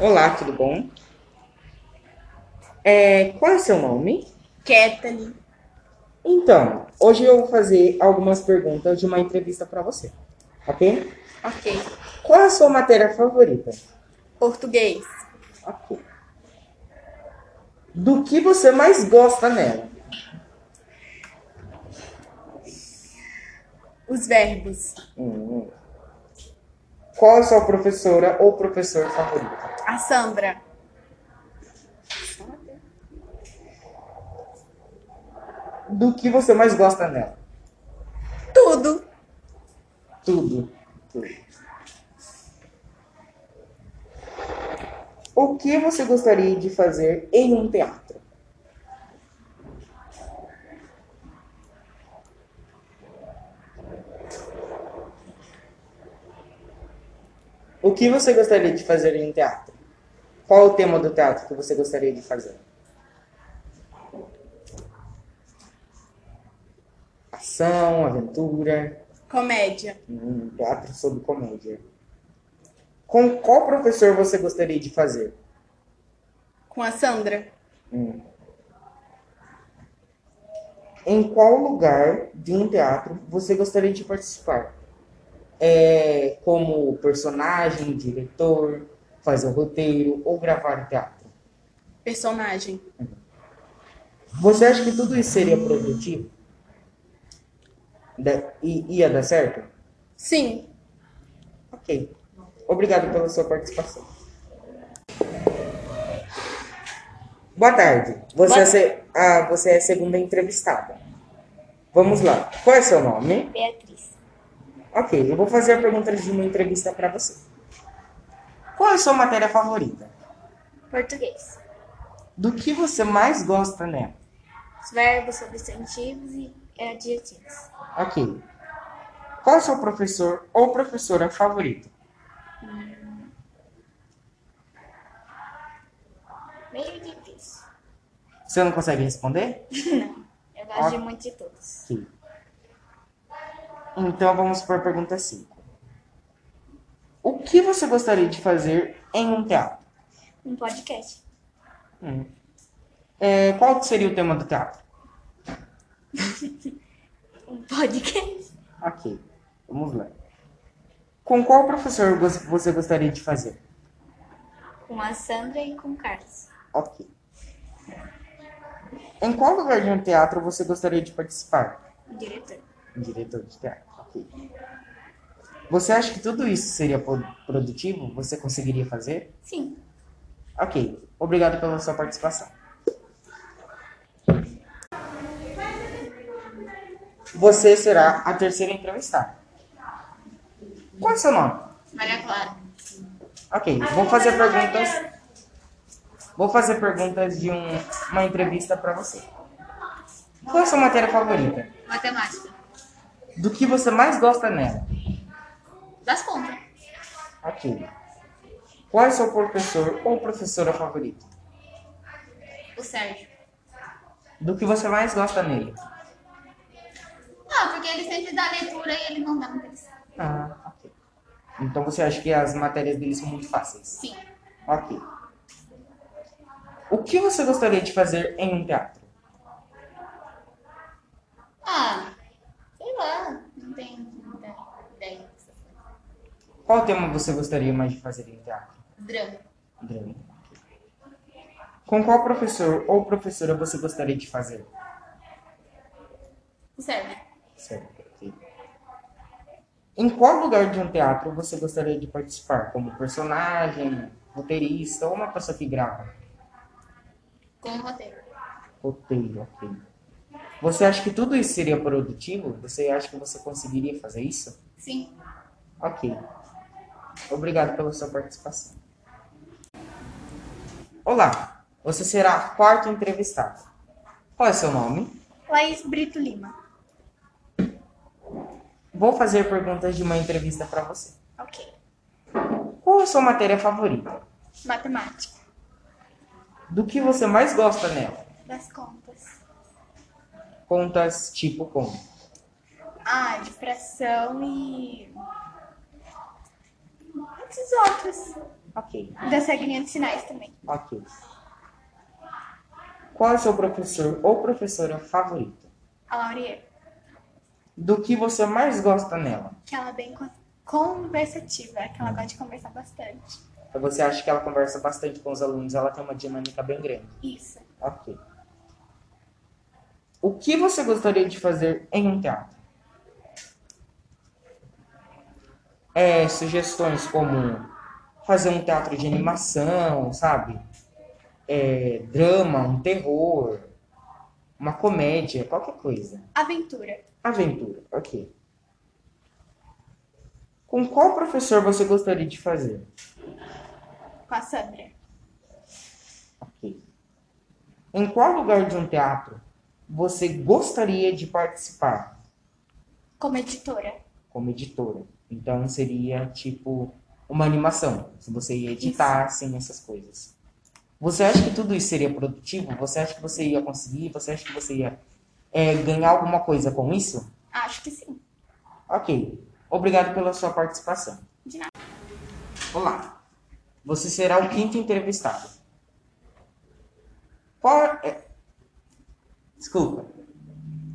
Olá, tudo bom? É, qual é seu nome? Ketali. Então, hoje eu vou fazer algumas perguntas de uma entrevista para você, ok? Ok. Qual é a sua matéria favorita? Português. Ok. Do que você mais gosta nela? Os verbos. Hum. Qual é a sua professora ou professor favorito? A Sandra. Do que você mais gosta nela? Tudo. Tudo. Tudo. O que você gostaria de fazer em um teatro? O que você gostaria de fazer em um teatro? Qual o tema do teatro que você gostaria de fazer? Ação, aventura, Comédia. um teatro sobre comédia. Com qual professor você gostaria de fazer? Com a Sandra. Em qual lugar de um teatro você gostaria de participar? É, como personagem, diretor, fazer o roteiro ou gravar teatro? Personagem. Você acha que tudo isso seria produtivo? Da- e ia dar certo? Sim. Ok. Obrigado pela sua participação. Boa tarde. Você, Boa é, se- ah, você é a segunda entrevistada. Vamos lá. Qual é seu nome? Beatriz. Ok, eu vou fazer a pergunta de uma entrevista para você. Qual é a sua matéria favorita? Português. Do que você mais gosta nela? Os verbos, substantivos e adjetivos. Ok. Qual é o seu professor ou professora favorito? Meio difícil. Você não consegue responder? Eu gosto de muito de todos. Sim. Então vamos para a pergunta 5. O que você gostaria de fazer em um teatro? Um podcast. Hum. É, qual que seria o tema do teatro? Um podcast. Ok, vamos lá. Com qual professor gos- você gostaria de fazer? Com a Sandra e com o Carlos. Ok. Em qual lugar de um teatro você gostaria de participar? O diretor. Diretor de teatro. Ok. Você acha que tudo isso seria po- produtivo? Você conseguiria fazer? Sim. Ok, obrigado pela sua participação. Você será a terceira entrevistada. Qual é seu nome? Maria Clara. Ok, vou fazer perguntas. Vou fazer perguntas de um- uma entrevista para você. Qual é a sua matéria favorita? Matemática. Do que você mais gosta nela? Das contas. Ok. Qual é seu professor ou professora favorito? O Sérgio. Do que você mais gosta nele? Ah, porque ele sempre dá leitura e ele não dá muita lição. Ah, ok. Então você acha que as matérias dele são muito fáceis? Sim. Ok. O que você gostaria de fazer em um teatro? Ah, sei lá. Não tem muita ideia. Qual tema você gostaria mais de fazer em um teatro? Drama. Drama. Com qual professor ou professora você gostaria de fazer? O Sérgio. Certo. ok. Em qual lugar de um teatro você gostaria de participar? Como personagem, roteirista ou uma pessoa que grava? Com o roteiro. Roteiro, ok. Você acha que tudo isso seria produtivo? Você acha que você conseguiria fazer isso? Sim. Ok. Obrigado pela sua participação. Olá, você será a quarta entrevistada. Qual é seu nome? Laís Brito Lima. Vou fazer perguntas de uma entrevista para você. Ok. Qual é a sua matéria favorita? Matemática. Do que você mais gosta nela? Das contas. Contas tipo como? Ah, de fração e. Esses outros. Ok. Da Segrinha de Sinais também. Ok. Qual é seu professor ou professora favorita? A Laurier, Do que você mais gosta nela? que ela é bem con- conversativa, que ela gosta de conversar bastante. Então, Você acha que ela conversa bastante com os alunos, ela tem uma dinâmica bem grande. Isso. Ok. O que você gostaria de fazer em um teatro? É, sugestões como fazer um teatro de animação, sabe? É, drama, um terror, uma comédia, qualquer coisa. Aventura. Aventura, ok. Com qual professor você gostaria de fazer? Com a Sandra. Ok. Em qual lugar de um teatro você gostaria de participar Como editora. como editora? Então seria tipo uma animação, se você ia editar assim essas coisas. Você acha que tudo isso seria produtivo? Você acha que você ia conseguir? Você acha que você ia eh, ganhar alguma coisa com isso? Acho que sim. Ok. Obrigado pela sua participação. De nada. Olá, você será o quinto entrevistado. Qual é... Desculpa.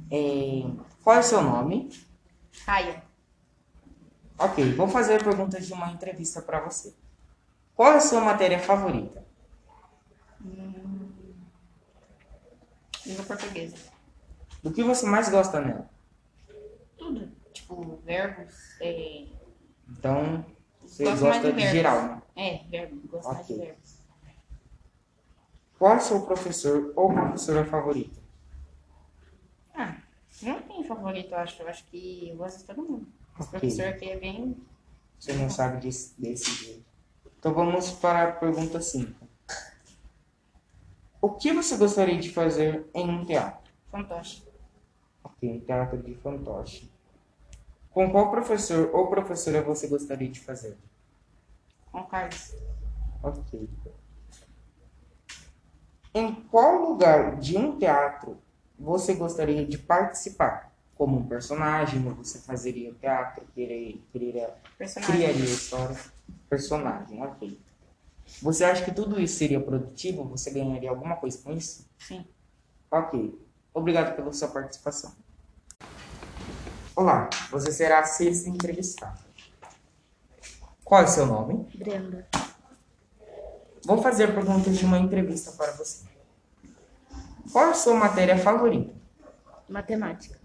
É, Qual é o seu nome? Raia. Ok, vou fazer perguntas de uma entrevista para você. Qual é a sua matéria favorita? Língua portuguesa. Do que você mais gosta nela? Tudo. Tipo, verbos. É, Então, você Gosto mais gosta de de verbos. geral, né? é verbo. Gosto mais de Ok. verbos. Qual é o seu professor ou professora favorita? Ah, não tem favorito, eu acho. Eu acho que eu gosto de todo mundo. Esse Ok. professor aqui é bem. Você não sabe desse, desse jeito. Então vamos para a pergunta 5. O que você gostaria de fazer em um teatro? fantoche. Ok, um teatro de fantoche. Com qual professor ou professora você gostaria de fazer? Com Carlos. Ok. Em qual lugar de um teatro você gostaria de participar? Como um personagem, ou você fazeria teatro, querer, queria Personagem. criaria história, personagem, ok. Você acha que tudo isso seria produtivo? Você ganharia alguma coisa com isso? Sim. Ok. Obrigado pela sua participação. Olá, você será a sexta entrevistada. Qual é o seu nome? Brenda. Vou fazer perguntas de uma entrevista para você. Qual é a sua matéria favorita? Matemática.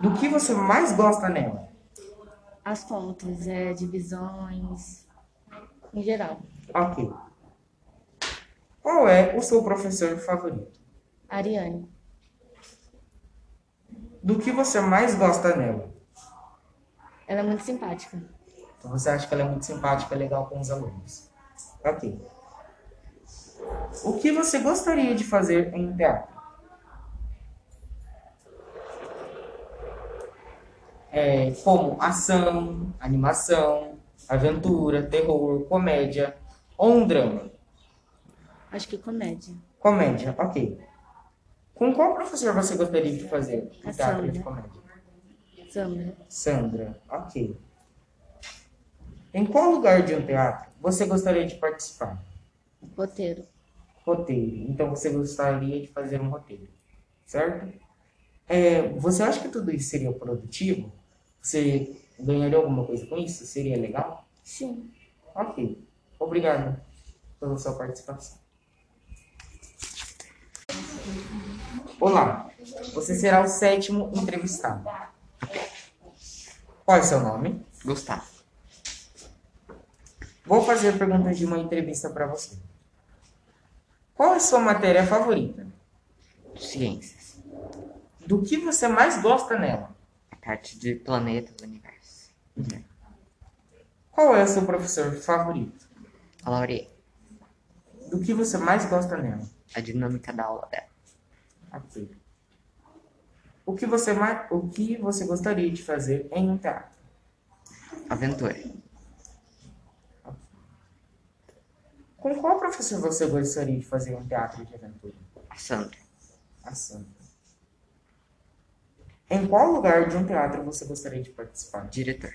Do que você mais gosta nela? As contas, é, divisões, em geral. Ok. Qual é o seu professor favorito? Ariane, Do que você mais gosta nela? ela é muito simpática. Então você acha que ela é muito simpática, legal com os alunos. Ok. O que você gostaria de fazer em teatro? É, como ação, animação, aventura, terror, comédia ou um drama? Acho que comédia. Comédia, ok. Com qual professor você gostaria de fazer A o teatro de Sandra. comédia? Sandra, Sandra, ok. Em qual lugar de um teatro você gostaria de participar? roteiro. Roteiro. Então você gostaria de fazer um roteiro, certo? É, você acha que tudo isso seria produtivo? Você ganharia alguma coisa com isso? Seria legal? Sim. Ok. Obrigado pela sua participação. Olá, você será o sétimo entrevistado. Qual é seu nome? Gustavo. Vou fazer perguntas de uma entrevista para você. Qual é a sua matéria favorita? Ciências. Do que você mais gosta nela? A parte de planetas, universo. Qual é o seu professor favorito? A Laurie. Do que você mais gosta nela? A dinâmica da aula dela. Aqui. O que você mais, o que você gostaria de fazer em um teatro? Aventura. Com qual professor você gostaria de fazer um teatro de aventura? A Sandra. A Sandra. Em qual lugar de um teatro você gostaria de participar? Diretor.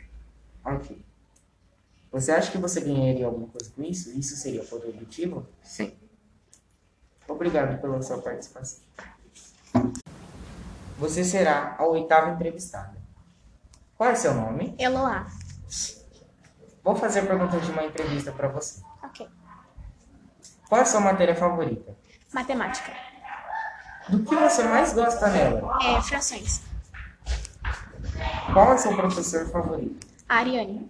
Ok. Você acha que você ganharia alguma coisa com isso? Isso seria produtivo? Sim. Obrigado pela sua participação. Você será a oitava entrevistada. Qual é seu nome? Eloá. Vou fazer perguntas de uma entrevista para você. Ok. Qual é a sua matéria favorita? Matemática. Do que você mais gosta nela? É, frações. Qual é seu professor favorito? A Ariane.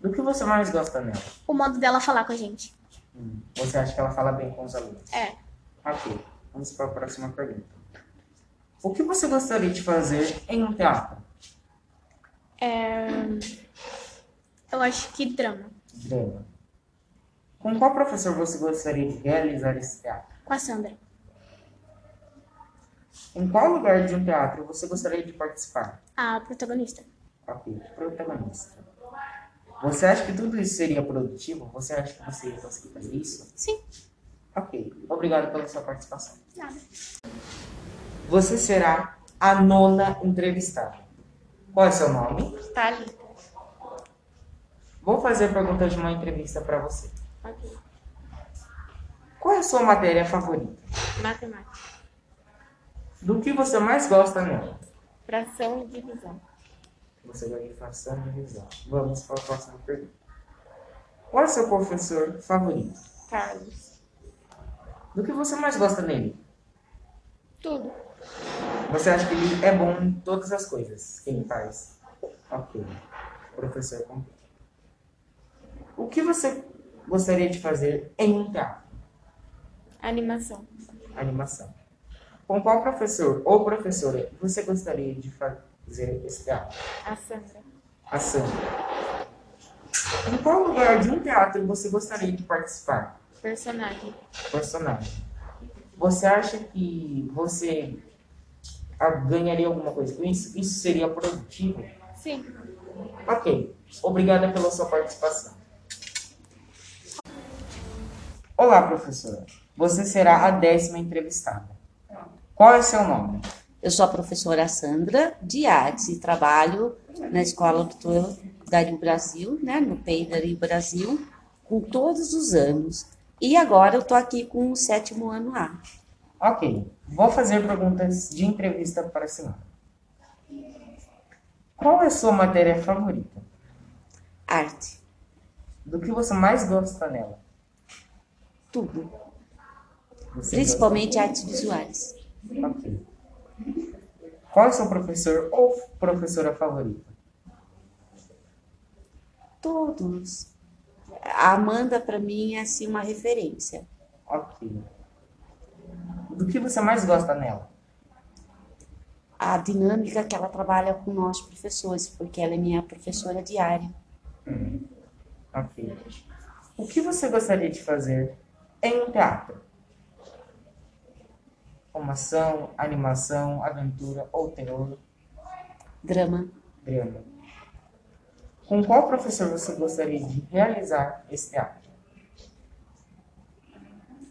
Do que você mais gosta nela? O modo dela falar com a gente. Hum, Você acha que ela fala bem com os alunos? É. Ok, vamos para a próxima pergunta. O que você gostaria de fazer em um teatro? Eu acho que drama. Drama. Com qual professor você gostaria de realizar esse teatro? Com a Sandra. Em qual lugar de um teatro você gostaria de participar? A protagonista. Ok, protagonista. Você acha que tudo isso seria produtivo? Você acha que você ia conseguir fazer isso? Sim. Ok, obrigado pela sua participação. Nada. Você será a nona entrevistada. Qual é seu nome? Tá ali. Vou fazer perguntas de uma entrevista para você. Qual é a sua matéria favorita? Matemática. Do que você mais gosta nela? Fração e divisão. Você vai fazer e revisão. Vamos para a próxima pergunta. Qual é o seu professor favorito? Carlos. Do que você mais gosta nele? Tudo. Você acha que ele é bom em todas as coisas que ele faz? Ok. Professor completo. O que você gostaria de fazer em um teatro? Animação. animação. Com qual professor ou professora você gostaria de fazer esse teatro? A Sandra. A Sandra. Em qual lugar de um teatro você gostaria de participar? Personagem. Personagem. Você acha que você ah, ganharia alguma coisa com isso? Isso seria produtivo? Sim. Ok. Obrigada pela sua participação. Olá, professora. Você será a décima entrevistada. Qual é seu nome? Eu sou a professora Sandra de artes e trabalho na Escola do Dario Brasil, né, no PEI Dario Brasil, com todos os anos. E agora eu estou aqui com o sétimo ano A. Ok, vou fazer perguntas de entrevista para a senhora. Qual é a sua matéria favorita? Arte, Do que você mais gosta nela? tudo, Você principalmente artes visuais. gosta- Ok. Qual é o seu professor ou professora favorita? Todos. A Amanda, para mim, é assim, uma referência. Ok. Do que você mais gosta nela? A dinâmica que ela trabalha com nós professores, porque ela é minha professora diária. Ok. O que você gostaria de fazer em um teatro? Uma ação, animação, aventura ou terror? Drama, Drama. Com qual professor você gostaria de realizar esse teatro?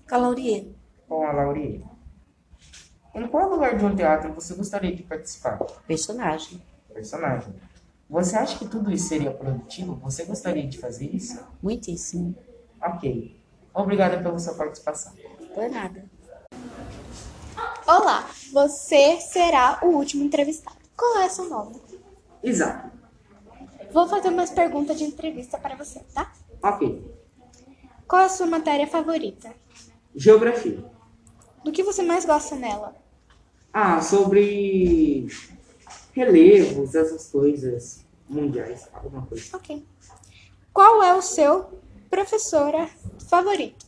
calorier, Com a Laurie. Em qual lugar de um teatro você gostaria de participar? personagem. Personagem. Você acha que tudo isso seria produtivo? Você gostaria de fazer isso? Muitíssimo. Ok. Obrigada pela sua participação. Foi Então é nada. Olá, você será o último entrevistado. Qual é seu nome? Exato. Vou fazer umas perguntas de entrevista para você, tá? Ok. Qual é a sua matéria favorita? Geografia. Do que você mais gosta nela? Ah, sobre relevos, essas coisas mundiais, alguma coisa. Ok. Qual é o seu professora favorito?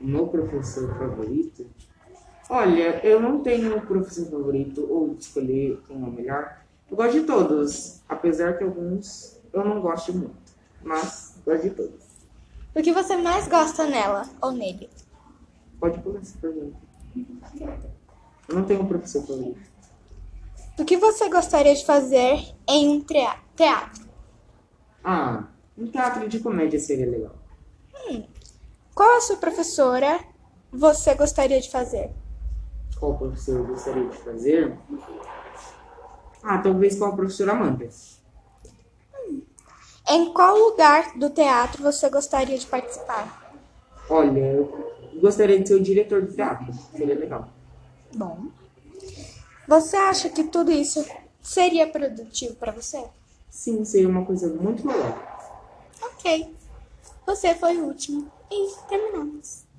O meu professor favorito? Olha, eu não tenho um professor favorito ou de escolher quem é o melhor. Eu gosto de todos, apesar que alguns eu não gosto muito. Mas gosto de todos. Do que você mais gosta nela ou nele? Pode pular essa pergunta. Eu não tenho um professor favorito. Do que você gostaria de fazer em um trea- teatro? Ah, um teatro de comédia seria legal. Qual a sua professora você gostaria de fazer? Qual professor eu gostaria de fazer? Ah, talvez com a professora Amanda. Em qual lugar do teatro você gostaria de participar? Olha, eu gostaria de ser o diretor de teatro, seria legal. Bom. Você acha que tudo isso seria produtivo para você? Sim, seria uma coisa muito legal. Ok. Você foi o último. E terminamos.